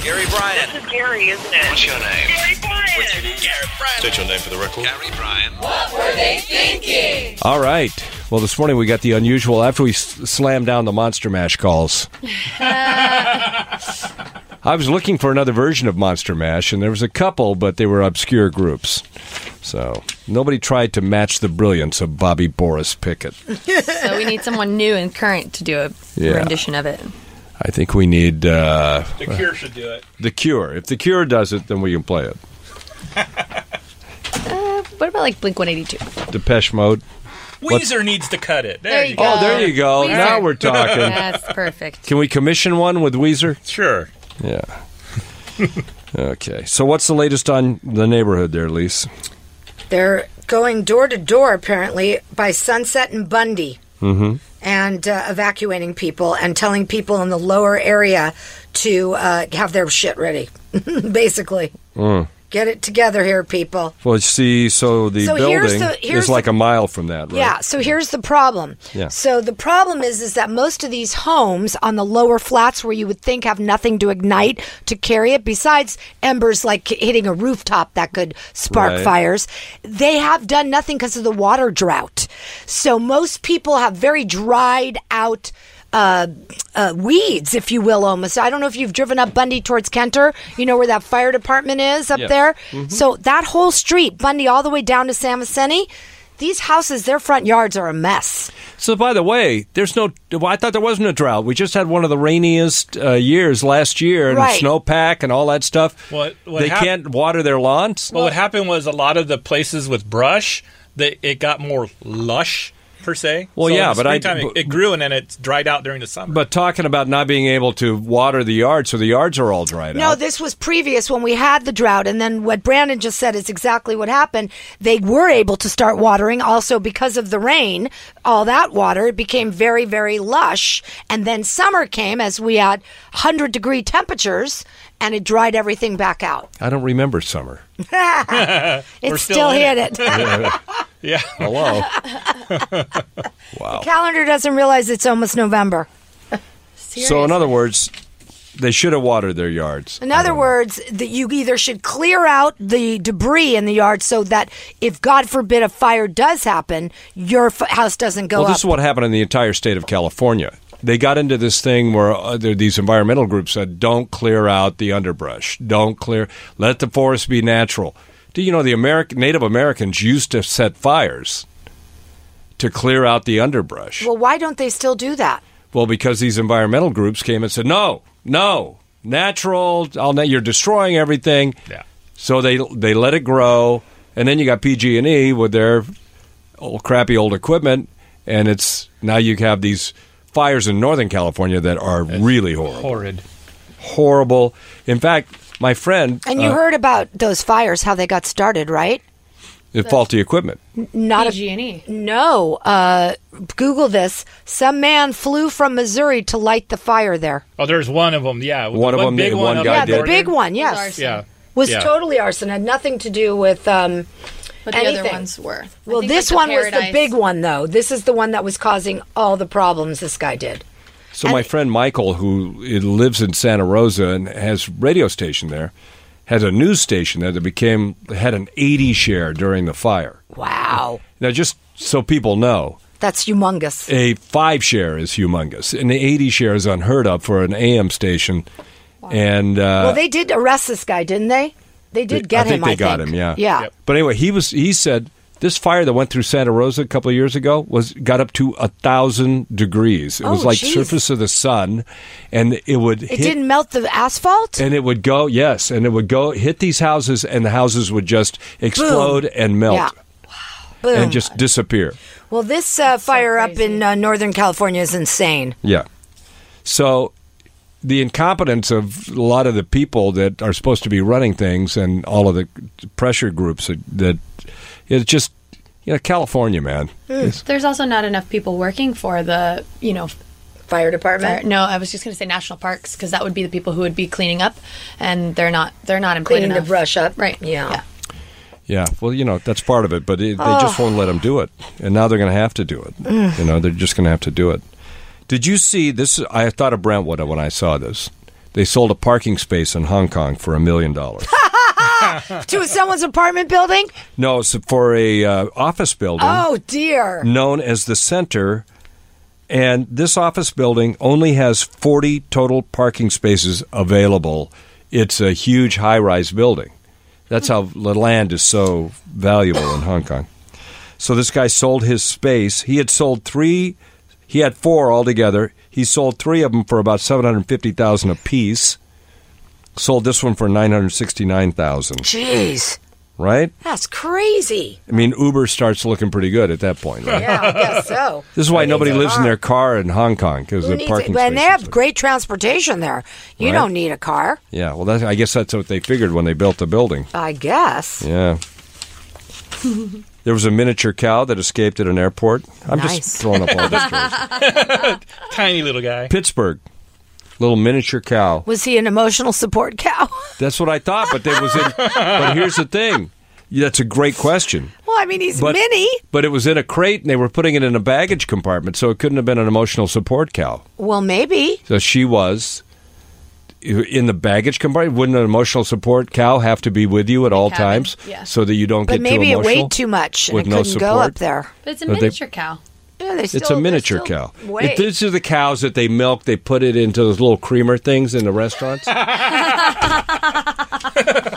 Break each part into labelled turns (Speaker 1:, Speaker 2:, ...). Speaker 1: Gary Bryan.
Speaker 2: This is Gary, isn't it?
Speaker 1: What's your name?
Speaker 2: Gary Bryan.
Speaker 1: Gary Bryan.
Speaker 3: State your name for the record.
Speaker 1: Gary Bryan.
Speaker 4: All right. Well, this morning we got the unusual after we s- slammed down the Monster Mash calls. I was looking for another version of Monster Mash, and there was a couple, but they were obscure groups. So nobody tried to match the brilliance of Bobby Boris Pickett.
Speaker 5: So we need someone new and current to do a
Speaker 4: Yeah.
Speaker 5: rendition of it.
Speaker 4: I think we need uh,
Speaker 6: The Cure should do it.
Speaker 4: The Cure. If The Cure does it, then we can play it.
Speaker 5: Uh, What about like Blink 182?
Speaker 4: Depeche Mode.
Speaker 6: Weezer needs to cut it. There,
Speaker 5: There
Speaker 6: you
Speaker 5: you
Speaker 6: go.
Speaker 5: go.
Speaker 4: Oh, there you go.
Speaker 5: Weezer.
Speaker 4: Now we're talking.
Speaker 5: That's perfect.
Speaker 4: Can we commission one with Weezer?
Speaker 6: Sure.
Speaker 4: Yeah. okay. So what's the latest on the neighborhood there, Lise?
Speaker 7: They're going door to door, apparently, by Sunset and Bundy,
Speaker 4: Mm-hmm.
Speaker 7: and uh, evacuating people and telling people in the lower area to uh, have their shit ready, basically.
Speaker 4: Mm.
Speaker 7: Get it together here, people.
Speaker 4: Well, see, so the
Speaker 7: So here's
Speaker 4: building
Speaker 7: the-
Speaker 4: is
Speaker 7: here's
Speaker 4: like
Speaker 7: the-
Speaker 4: a mile from that, right?
Speaker 7: Yeah. So here's the problem.
Speaker 4: Yeah.
Speaker 7: So the problem is, is that most of these homes on the lower flats, where you would think have nothing to ignite to carry it, besides embers like hitting a rooftop that could spark
Speaker 4: Right.
Speaker 7: fires, they have done nothing because of the water drought. So most people have very dried out. Uh, uh, weeds, if you will, almost. I don't know if you've driven up Bundy towards Kenter. You know where that fire department is up
Speaker 4: Yeah.
Speaker 7: there. So that whole street, Bundy, all the way down to San Vicente, these houses, their front yards are a mess.
Speaker 4: So, by the way, there's no. Well, I thought there wasn't a drought. We just had one of the rainiest uh, years last year, and
Speaker 7: Right.
Speaker 4: snowpack and all that stuff.
Speaker 6: What- what
Speaker 4: they
Speaker 6: hap-
Speaker 4: can't water their lawns.
Speaker 6: Well, what happened was a lot of the places with brush, that it got more lush per se.
Speaker 4: Well,
Speaker 6: So in
Speaker 4: yeah,
Speaker 6: the
Speaker 4: but I-
Speaker 6: springtime,
Speaker 4: but-
Speaker 6: it, it grew and then it dried out during the summer.
Speaker 4: But talking about not being able to water the yards, so the yards are all dried
Speaker 7: No,
Speaker 4: out.
Speaker 7: this was previous when we had the drought. And then what Brandon just said is exactly what happened. They were able to start watering also because of the rain, all that water. It became very, very lush. And then summer came as we had 100 degree temperatures and it dried everything back out.
Speaker 4: I don't remember summer.
Speaker 7: It
Speaker 6: still
Speaker 7: still,
Speaker 6: in
Speaker 7: hit it.
Speaker 6: yeah.
Speaker 4: Hello.
Speaker 7: Calendar doesn't realize it's almost November.
Speaker 4: so, in other words, they should have watered their yards.
Speaker 7: In other words, that you either should clear out the debris in the yard so that if God forbid a fire does happen, your f- house doesn't go
Speaker 4: Well,
Speaker 7: up.
Speaker 4: this is what happened in the entire state of California. They got into this thing where uh, there- these environmental groups said, "Don't clear out the underbrush. Don't clear. Let the forest be natural." Do you know the American Native Americans used to set fires to clear out the underbrush?
Speaker 7: well, why don't they still do that?
Speaker 4: Well, because these environmental groups came and said, "No, no, natural. I'll ne- you're destroying everything."
Speaker 6: Yeah.
Speaker 4: So they they let it grow, and then you got PG and E with their old crappy old equipment, and it's now you have these fires in Northern California that are really horrible,
Speaker 6: Horrid.
Speaker 4: horrible. In fact, my friend,
Speaker 7: And you
Speaker 4: uh,
Speaker 7: heard about those fires, how they got started, right?
Speaker 4: it faulty equipment.
Speaker 7: Not a,
Speaker 5: PG&E.
Speaker 7: no. Uh, Google this. Some man flew from Missouri to light the fire there.
Speaker 6: Oh, there's one of them. Yeah.
Speaker 4: One of 'em
Speaker 6: big
Speaker 4: that
Speaker 6: one
Speaker 4: one
Speaker 6: up
Speaker 4: guy
Speaker 7: yeah,
Speaker 6: in
Speaker 4: did.
Speaker 7: the
Speaker 6: Oregon.
Speaker 7: big one. Yes,
Speaker 5: arson.
Speaker 6: Yeah.
Speaker 7: was
Speaker 6: Yeah.
Speaker 7: totally arson. Had nothing to do with. Um,
Speaker 5: But the
Speaker 7: Anything.
Speaker 5: other ones were. I
Speaker 7: Well,
Speaker 5: think,
Speaker 7: this
Speaker 5: like,
Speaker 7: one was the
Speaker 5: Paradise-
Speaker 7: big one, though. This is the one that was causing all the problems this guy did.
Speaker 4: So my friend Michael, who lives in Santa Rosa and has radio station there, has a news station there that became had an 80 share during the fire.
Speaker 7: Wow.
Speaker 4: Now, just so people know,
Speaker 7: That's humongous.
Speaker 4: a five share is humongous, and the 80 share is unheard of for an AM station. And uh,
Speaker 7: well, they did arrest this guy, didn't they? They did get
Speaker 4: I think
Speaker 7: him.
Speaker 4: they
Speaker 7: I
Speaker 4: got
Speaker 7: think.
Speaker 4: him. Yeah,
Speaker 7: Yeah.
Speaker 6: Yep.
Speaker 4: But anyway, he was. He said this fire that went through Santa Rosa a couple of years ago was got up to a thousand degrees. It was
Speaker 7: Oh,
Speaker 4: like
Speaker 7: geez.
Speaker 4: surface of the sun, and it would
Speaker 7: It
Speaker 4: hit.
Speaker 7: didn't melt the asphalt.
Speaker 4: and it would go yes and it would go hit these houses and the houses would just explode and melt
Speaker 7: Yeah. Boom.
Speaker 4: and just disappear
Speaker 7: well, this uh, fire up in uh, Northern California is insane.
Speaker 4: yeah so the incompetence of a lot of the people that are supposed to be running things and all of the pressure groups that, that it's just you know california man It's-
Speaker 5: There's also not enough people working for the, you know,
Speaker 7: Fire department.
Speaker 5: fire. No, I was just going to say national parks because that would be the people who would be cleaning up, and they're not. They're not employed
Speaker 7: Cleaning the
Speaker 5: enough.
Speaker 7: brush up.
Speaker 5: Right.
Speaker 7: Yeah.
Speaker 4: yeah well you know that's part of it but it, they just won't let them do it and now they're going to have to do it you know they're just going to have to do it did you see this i thought of brentwood when i saw this They sold a parking space in Hong Kong for a million dollars.
Speaker 7: to someone's apartment building.
Speaker 4: No, it's for a uh, office building
Speaker 7: Oh dear.
Speaker 4: known as the Center. And this office building only has 40 total parking spaces available. It's a huge high rise building. That's how the land is so valuable in Hong Kong. So this guy sold his space. He had sold three, he had four altogether. He sold three of them for about 750000 apiece. Sold this one for 969000
Speaker 7: Jeez,
Speaker 4: right?
Speaker 7: that's crazy.
Speaker 4: I mean, Uber starts looking pretty good at that point, right?
Speaker 7: Yeah, I guess so.
Speaker 4: This is why nobody
Speaker 7: needs a
Speaker 4: lives in
Speaker 7: car?
Speaker 4: their car in Hong Kong because
Speaker 7: Who
Speaker 4: the
Speaker 7: needs
Speaker 4: parking
Speaker 7: it? And they
Speaker 4: spaces
Speaker 7: have
Speaker 4: are-
Speaker 7: great transportation there. You
Speaker 4: Right.
Speaker 7: don't need a car,
Speaker 4: Yeah, well, that's, I guess that's what they figured when they built the building.
Speaker 7: I guess.
Speaker 4: Yeah. there was a miniature cow that escaped at an airport. I'm
Speaker 7: Nice.
Speaker 4: just throwing up all this. stories.
Speaker 6: Tiny little guy.
Speaker 4: Pittsburgh, little miniature cow.
Speaker 7: Was he an emotional support cow?
Speaker 4: That's what I thought, but there was. In, but here's the thing. Yeah, That's a great question.
Speaker 7: well, I mean, he's
Speaker 4: But
Speaker 7: mini.
Speaker 4: but it was in a crate, and they were putting it in a baggage compartment, so it couldn't have been an emotional support cow.
Speaker 7: Well, maybe.
Speaker 4: So she was in the baggage compartment. Wouldn't an emotional support cow have to be with you at all
Speaker 5: cabin,
Speaker 4: times
Speaker 5: yeah.
Speaker 4: so that you don't
Speaker 7: But
Speaker 4: get
Speaker 7: maybe
Speaker 4: too
Speaker 7: it
Speaker 4: emotional?
Speaker 7: weighed too much and
Speaker 4: with
Speaker 7: it
Speaker 4: no
Speaker 7: couldn't go
Speaker 4: support?
Speaker 7: up there.
Speaker 5: But it's a
Speaker 4: But they-
Speaker 5: miniature cow.
Speaker 7: Yeah, they
Speaker 4: It's
Speaker 7: still-
Speaker 4: a
Speaker 7: they
Speaker 4: miniature
Speaker 7: still
Speaker 4: cow. If
Speaker 7: weigh.
Speaker 4: these are the cows that they milk. They put it into those little creamer things in the restaurants.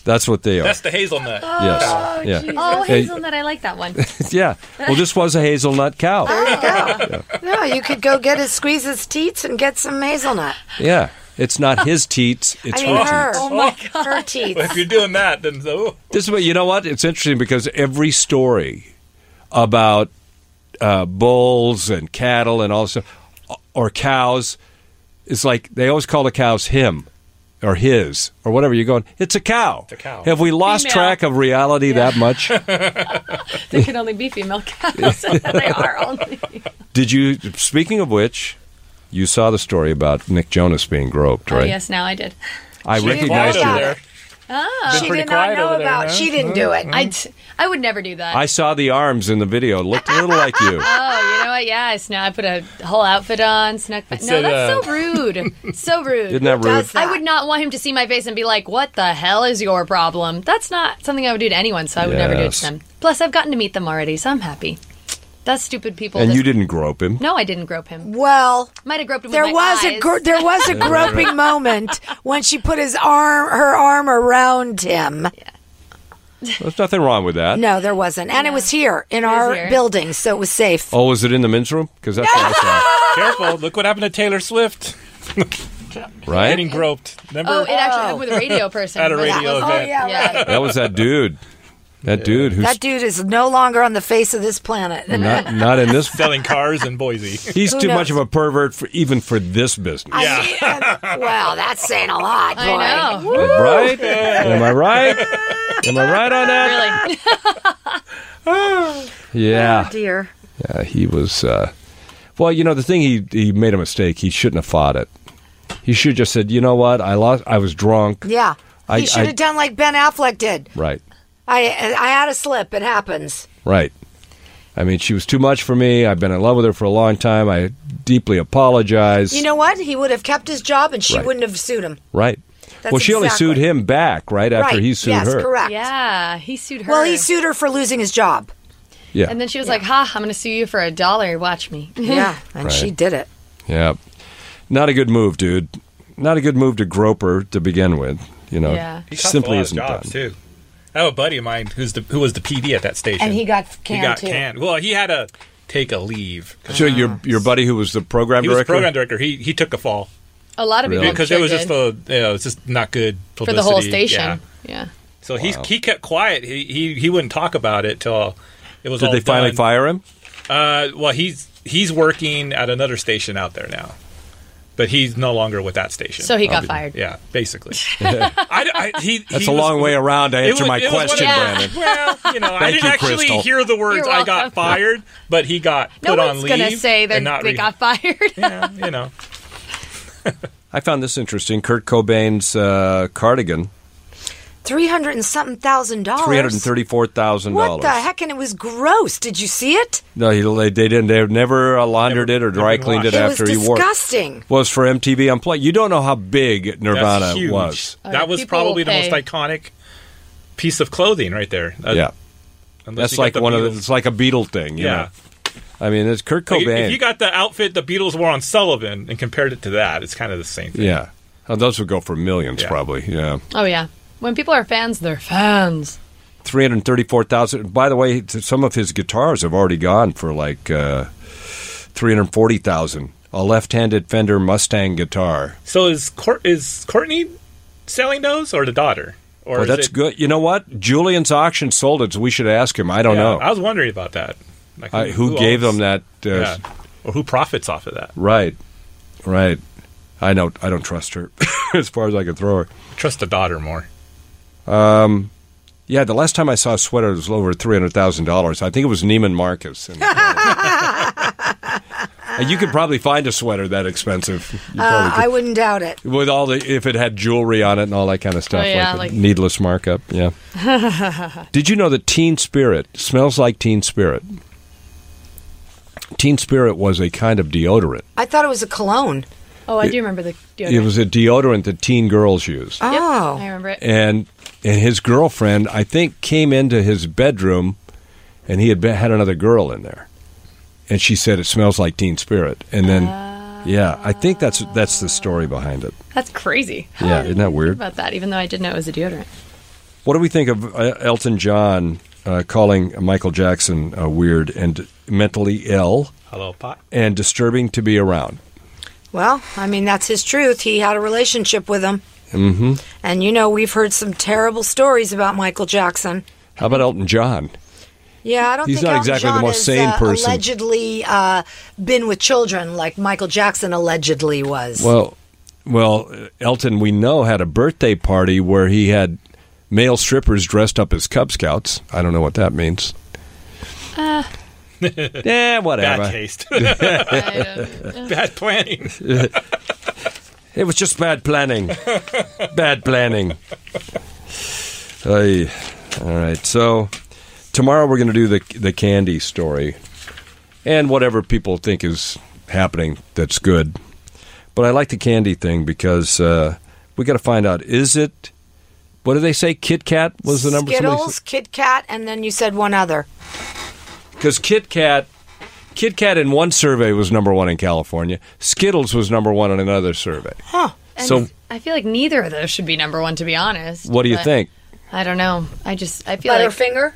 Speaker 4: That's what they are.
Speaker 6: That's the hazelnut.
Speaker 4: yes. yeah.
Speaker 5: Oh,
Speaker 4: Hey.
Speaker 5: hazelnut! I like that one.
Speaker 4: Yeah. Well, this was a hazelnut cow.
Speaker 7: No, you could go get his squeeze his teats and get some hazelnut.
Speaker 4: Yeah. It's not his teats. It's
Speaker 7: I mean,
Speaker 4: her
Speaker 7: her.
Speaker 4: teats.
Speaker 7: Oh my god, her teats.
Speaker 6: If you're doing that, then oh,
Speaker 4: This is what you know. What it's interesting because every story about uh, bulls and cattle and all this stuff, uh, or cows, it's like they always call the cows him or his or whatever. You're going, it's a cow. It's
Speaker 6: a cow.
Speaker 4: Have we lost
Speaker 5: Female.
Speaker 4: track of reality that much?
Speaker 5: They can only be female cows. they are only.
Speaker 4: Did you? Speaking of which, you saw the story about Nick Jonas being groped,
Speaker 5: Oh
Speaker 4: right?
Speaker 5: yes, now I did.
Speaker 4: I
Speaker 7: She didn't
Speaker 4: recognized
Speaker 7: know
Speaker 4: you.
Speaker 7: about
Speaker 6: there.
Speaker 7: it.
Speaker 6: Been
Speaker 7: She
Speaker 6: pretty
Speaker 7: did not
Speaker 6: quiet
Speaker 7: know
Speaker 6: over there,
Speaker 7: about.
Speaker 6: huh?
Speaker 7: She didn't do it.
Speaker 5: I, d- I would never do that.
Speaker 4: Mm-hmm. I saw the arms in the video. It Looked a little like you.
Speaker 5: oh, you know what? Yeah, I snuck. I put a whole outfit on. Snuck. My- no,
Speaker 6: said,
Speaker 5: that's so rude. so rude.
Speaker 4: Isn't uh, that rude?
Speaker 7: does
Speaker 5: I would not want him to see my face and be like, "What the hell is your problem?" That's not something I would do to anyone, so I would never do it
Speaker 4: Yes.
Speaker 5: to them. Plus, I've gotten to meet them already, so I'm happy. That's stupid people.
Speaker 4: And
Speaker 5: just-
Speaker 4: you didn't grope him.
Speaker 5: No, I didn't grope him.
Speaker 7: Well,
Speaker 5: Might have groped him.
Speaker 7: there
Speaker 5: with my
Speaker 7: was a
Speaker 5: eyes.
Speaker 7: gro- there was a groping moment when she put his arm her arm around him.
Speaker 4: There's nothing wrong with that.
Speaker 7: No, there wasn't, and it was here in
Speaker 5: was
Speaker 7: our
Speaker 5: here.
Speaker 7: building, so it was safe.
Speaker 4: Oh, was it in the men's room? Because that's what I
Speaker 6: careful! Look what happened to Taylor Swift.
Speaker 4: saw. Right?
Speaker 6: Getting groped. Remember?
Speaker 5: Oh, it actually happened with a radio person.
Speaker 6: At a
Speaker 5: That
Speaker 6: radio
Speaker 5: was-
Speaker 6: event. Oh,
Speaker 7: yeah,
Speaker 5: Yeah.
Speaker 4: That was that dude. That dude who's
Speaker 7: That dude is no longer on the face of this planet.
Speaker 4: not not in this.
Speaker 6: Selling cars in Boise.
Speaker 4: He's
Speaker 7: Who
Speaker 4: too much
Speaker 7: knows?
Speaker 4: of a pervert for even for this business,
Speaker 7: I mean, well, that's saying a lot, boy.
Speaker 5: I know.
Speaker 4: right? Am I right? Am I right on that?
Speaker 5: Really.
Speaker 4: Yeah,
Speaker 7: Dear.
Speaker 4: yeah. He was. Uh, well, you know the thing. He he made a mistake. He shouldn't have fought it. He should have just said, you know what? I lost. I was drunk.
Speaker 7: Yeah.
Speaker 4: I-
Speaker 7: he should
Speaker 4: I-
Speaker 7: have done like Ben Affleck did.
Speaker 4: Right.
Speaker 7: I I had a slip. It happens.
Speaker 4: Right. I mean, she was too much for me. I've been in love with her for a long time. I deeply apologize.
Speaker 7: You know what? He would have kept his job, and she
Speaker 4: Right.
Speaker 7: wouldn't have sued him.
Speaker 4: right.
Speaker 7: That's
Speaker 4: well, she only
Speaker 7: exactly-
Speaker 4: sued him back right after
Speaker 7: right.
Speaker 4: he sued
Speaker 7: yes,
Speaker 4: her.
Speaker 7: Correct.
Speaker 5: Yeah, he sued her.
Speaker 7: Well, he sued her for losing his job.
Speaker 4: Yeah.
Speaker 5: And then she was like, "Ha, I'm going to sue you for a dollar. Watch me."
Speaker 7: Yeah, and
Speaker 4: Right.
Speaker 7: she did it.
Speaker 4: Yeah. Not a good move, dude. Not a good move to groper to begin with. You know,
Speaker 5: Yeah.
Speaker 6: He cost a
Speaker 4: simply
Speaker 6: lot of
Speaker 4: isn't
Speaker 6: jobs,
Speaker 4: done.
Speaker 6: too. I have a buddy of mine who's the who was the PD at that station,
Speaker 7: And he got
Speaker 6: he
Speaker 7: canned
Speaker 6: got
Speaker 7: too.
Speaker 6: canned. Well, he had to take a leave.
Speaker 4: So your your buddy who was the program
Speaker 6: He was
Speaker 4: director,
Speaker 6: program director. He he took a fall
Speaker 5: A lot of
Speaker 4: Really?
Speaker 5: people
Speaker 4: I'm
Speaker 6: because
Speaker 5: sure
Speaker 6: it was
Speaker 5: did
Speaker 6: just a you know, it's just not good
Speaker 5: for
Speaker 6: publicity.
Speaker 5: the whole station.
Speaker 6: Yeah.
Speaker 5: yeah.
Speaker 6: So he he kept quiet. He, he he wouldn't talk about it till it was.
Speaker 4: did
Speaker 6: all
Speaker 4: they finally
Speaker 6: done.
Speaker 4: fire him?
Speaker 6: Uh, well, he's he's working at another station out there now, but he's no longer with that station.
Speaker 5: So he got fired.
Speaker 6: yeah, basically. I, I, he,
Speaker 4: That's a long way around to answer my question,
Speaker 5: Yeah.
Speaker 4: Brandon.
Speaker 6: Well, you know, I
Speaker 4: Thank
Speaker 6: didn't
Speaker 4: you,
Speaker 6: actually
Speaker 4: Crystal.
Speaker 6: hear the words
Speaker 5: You're
Speaker 6: "I got
Speaker 5: welcome.
Speaker 6: fired," but he got
Speaker 5: No
Speaker 6: put on
Speaker 5: one's
Speaker 6: leave.
Speaker 5: going to say they're-
Speaker 6: and not
Speaker 5: they
Speaker 6: re-
Speaker 5: got fired.
Speaker 6: Yeah, you know,
Speaker 7: Oh,
Speaker 4: I found this interesting. Kurt Cobain's uh, cardigan
Speaker 7: Three hundred and something thousand dollars.
Speaker 4: Three hundred thirty-four thousand dollars.
Speaker 7: What the heck? And it was gross. Did you see it?
Speaker 4: No, he, they, they didn't. They never uh, laundered
Speaker 6: Never-
Speaker 4: it or
Speaker 6: never
Speaker 4: dry
Speaker 6: been
Speaker 4: cleaned it
Speaker 6: washed.
Speaker 7: It
Speaker 4: after
Speaker 7: was
Speaker 4: he wore. it.
Speaker 7: disgusting.
Speaker 4: Was for MTV Unplugged. You don't know how big Nirvana
Speaker 6: That's huge.
Speaker 4: was.
Speaker 5: yeah,
Speaker 6: That was
Speaker 5: people will
Speaker 6: probably the most
Speaker 5: pay.
Speaker 6: iconic piece of clothing right there. Uh,
Speaker 4: yeah,
Speaker 6: unless
Speaker 4: that's
Speaker 6: you got
Speaker 4: like
Speaker 6: the
Speaker 4: one of
Speaker 6: Beatles.
Speaker 4: the, it's like a Beatle thing. you
Speaker 6: Yeah.
Speaker 4: know. I mean it's Kurt
Speaker 6: Like, if-
Speaker 4: Cobain.
Speaker 6: If you got the outfit the Beatles wore on Sullivan and compared it to that, it's kind of the same thing.
Speaker 4: yeah, Oh, those would go for millions
Speaker 6: Yeah.
Speaker 4: probably. Yeah,
Speaker 5: Oh yeah. When people are fans, they're fans.
Speaker 4: three hundred thirty-four thousand. By the way, t- some of his guitars have already gone for like uh, three hundred forty thousand. A left-handed Fender Mustang guitar.
Speaker 6: So is Cour- is Courtney selling those or the daughter? Or
Speaker 4: Well,
Speaker 6: is
Speaker 4: that's
Speaker 6: it-
Speaker 4: good. You know what? Julian's auction sold it, so we should ask him. I don't
Speaker 6: Yeah,
Speaker 4: know
Speaker 6: I was wondering about that. Like,
Speaker 4: I, who, gave them that.
Speaker 6: owns-
Speaker 4: Uh,
Speaker 6: Yeah. Or who profits off of that?
Speaker 4: Right, right. I don't. I don't trust her as far as I can throw her.
Speaker 6: Trust the daughter more.
Speaker 4: Yeah, the last time I saw a sweater it was over three hundred thousand dollars. I think it was Neiman Marcus. And, And you could probably find a sweater that expensive. You probably
Speaker 7: Uh, I wouldn't doubt it.
Speaker 4: could. with all the if it had jewelry on it and all that kind of stuff,
Speaker 5: Oh,
Speaker 4: a
Speaker 5: yeah, like-
Speaker 4: needless markup. Yeah. Did you know that Teen Spirit smells like Teen Spirit? Teen Spirit was a kind of deodorant.
Speaker 7: I thought it was a cologne.
Speaker 5: Oh, I do remember the.
Speaker 4: It was a deodorant that teen girls used.
Speaker 5: Yep,
Speaker 7: Oh.
Speaker 5: I remember it.
Speaker 4: and and his girlfriend I think came into his bedroom, and he had been, had another girl in there, and she said it smells like Teen Spirit, and then yeah, I think that's that's the story behind it.
Speaker 5: That's crazy.
Speaker 4: Yeah,
Speaker 5: I didn't
Speaker 4: isn't that
Speaker 5: think
Speaker 4: weird?
Speaker 5: About that, even though I did know it was a deodorant.
Speaker 4: What do we think of uh, Elton John uh, calling Michael Jackson uh, weird and mentally ill
Speaker 6: Hello, pot.
Speaker 4: and disturbing to be around?
Speaker 7: Well, I mean, that's his truth. He had a relationship with him. Mm-hmm. And, you know, we've heard some terrible stories about Michael Jackson.
Speaker 4: How about Elton John?
Speaker 7: Yeah, I don't
Speaker 4: He's
Speaker 7: think
Speaker 4: not
Speaker 7: Elton
Speaker 4: exactly the
Speaker 7: John
Speaker 4: most
Speaker 7: has,
Speaker 4: sane
Speaker 7: uh,
Speaker 4: person.
Speaker 7: allegedly uh, been with children like Michael Jackson allegedly was.
Speaker 4: Well, well, Elton, we know had a birthday party where he had male strippers dressed up as Cub Scouts. I don't know what that means. yeah,
Speaker 6: Bad
Speaker 4: whatever.
Speaker 6: taste.
Speaker 5: I don't-
Speaker 6: Bad planning.
Speaker 4: It was just bad planning. bad planning. Ay. all right. So tomorrow we're going to do the the candy story and whatever people think is happening that's good. But I like the candy thing because uh, we got to find out is it what do they say? Kit Kat was the number.
Speaker 7: Skittles, Kit Kat, and then you said one other.
Speaker 4: Because Kit Kat, Kit Kat in one survey was number one in California. Skittles was number one in another survey.
Speaker 5: and
Speaker 4: So-
Speaker 5: I feel like neither of those should be number one, to be honest.
Speaker 4: What do you
Speaker 5: but
Speaker 4: think?
Speaker 5: I don't know. I just I feel like Mm.
Speaker 7: Butterfinger?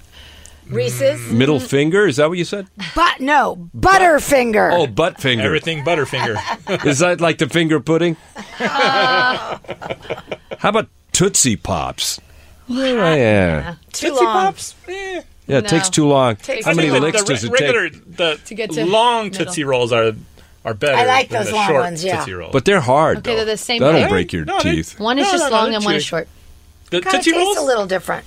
Speaker 7: Reese's?
Speaker 4: Middle finger? Is that what you said?
Speaker 7: But no, Butterfinger.
Speaker 4: Oh, butt finger.
Speaker 6: Everything Butterfinger.
Speaker 4: Is that like the finger pudding? How about Tootsie Pops? Yeah, yeah.
Speaker 7: too
Speaker 6: Tootsie
Speaker 7: long.
Speaker 6: Pops. Eh.
Speaker 4: Yeah, it
Speaker 5: No.
Speaker 4: takes too long.
Speaker 5: Takes
Speaker 4: How
Speaker 5: too
Speaker 4: many
Speaker 5: long.
Speaker 4: licks
Speaker 6: the
Speaker 4: does it
Speaker 6: regular,
Speaker 4: take?
Speaker 6: The
Speaker 5: To get to
Speaker 6: long
Speaker 5: middle.
Speaker 6: Tootsie Rolls are are better.
Speaker 7: I like
Speaker 6: than
Speaker 7: those
Speaker 6: the
Speaker 7: long
Speaker 6: short
Speaker 7: ones, yeah.
Speaker 6: Tootsie Rolls.
Speaker 4: But they're hard.
Speaker 5: Okay,
Speaker 4: though.
Speaker 5: they're the same
Speaker 4: That'll
Speaker 5: thing.
Speaker 4: break your
Speaker 6: No, they-
Speaker 4: teeth.
Speaker 5: one is
Speaker 6: No,
Speaker 5: just
Speaker 6: no, no,
Speaker 5: long and one
Speaker 6: chewy.
Speaker 5: is short.
Speaker 6: the
Speaker 7: Kind of
Speaker 6: Tootsie
Speaker 7: tastes
Speaker 6: Rolls
Speaker 7: a little different.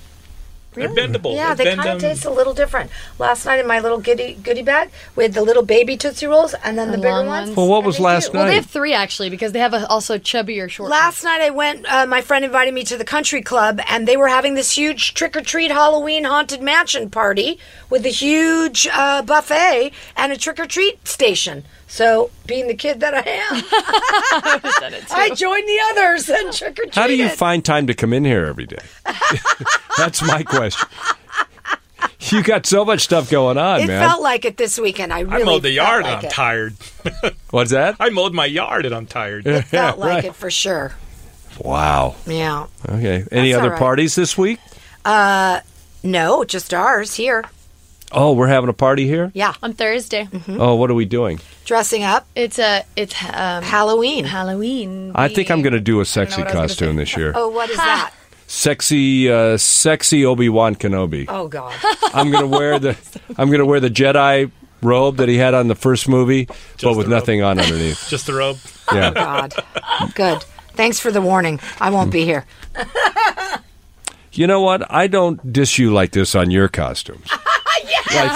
Speaker 6: they're bendable.
Speaker 7: Yeah,
Speaker 6: they
Speaker 7: they
Speaker 6: bend
Speaker 7: kind of
Speaker 6: them.
Speaker 7: taste a little different. Last night in my little goodie goodie bag, we had the little baby Tootsie Rolls and then
Speaker 5: The
Speaker 7: the, bigger
Speaker 5: long
Speaker 7: ones.
Speaker 5: ones.
Speaker 4: Well, what
Speaker 7: and
Speaker 4: was
Speaker 7: they
Speaker 4: last
Speaker 7: do.
Speaker 5: Well,
Speaker 4: night?
Speaker 5: they have three actually because they have a, also chubby or short.
Speaker 7: Last night I went. Uh, my friend invited me to the country club, and they were having this huge trick or treat Halloween haunted mansion party with a huge uh, buffet and a trick or treat station. So, being the kid that I am, I joined the others and trick or treated.
Speaker 4: How do you find time to come in here every day? That's my question. You got so much stuff going on,
Speaker 7: It
Speaker 4: man.
Speaker 7: felt like it this weekend. I really
Speaker 6: I mowed the
Speaker 7: felt
Speaker 6: yard
Speaker 7: like
Speaker 6: and I'm
Speaker 7: it.
Speaker 6: tired.
Speaker 4: What's that?
Speaker 6: I mowed my yard and I'm tired.
Speaker 7: Felt
Speaker 4: Yeah,
Speaker 7: like
Speaker 4: right.
Speaker 7: it for sure.
Speaker 4: Wow.
Speaker 7: Yeah.
Speaker 4: Okay. Any
Speaker 7: That's
Speaker 4: other
Speaker 7: all right.
Speaker 4: parties this week?
Speaker 7: No, just ours here.
Speaker 4: Oh, we're having a party here?
Speaker 7: Yeah.
Speaker 5: on Thursday.
Speaker 6: Mm-hmm.
Speaker 4: Oh, what are we doing?
Speaker 7: Dressing up
Speaker 5: It's a it's um,
Speaker 7: Halloween.
Speaker 5: Halloween.
Speaker 4: I think I'm going to do a
Speaker 5: I don't know
Speaker 4: sexy
Speaker 5: what I was gonna
Speaker 4: costume
Speaker 5: say.
Speaker 4: this year.
Speaker 7: Oh, what is that?
Speaker 4: Sexy uh, sexy Obi-Wan Kenobi.
Speaker 7: Oh God.
Speaker 4: I'm gonna wear the I'm gonna wear the Jedi robe that he had on the first movie, but with
Speaker 6: the robe.
Speaker 4: nothing on underneath.
Speaker 6: Just the robe.
Speaker 4: Yeah.
Speaker 7: Oh, God. Good. Thanks for the warning. I won't be here.
Speaker 4: You know what? I don't diss you like this on your costumes. yes,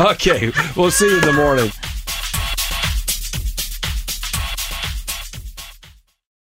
Speaker 4: okay, we'll see you in the morning.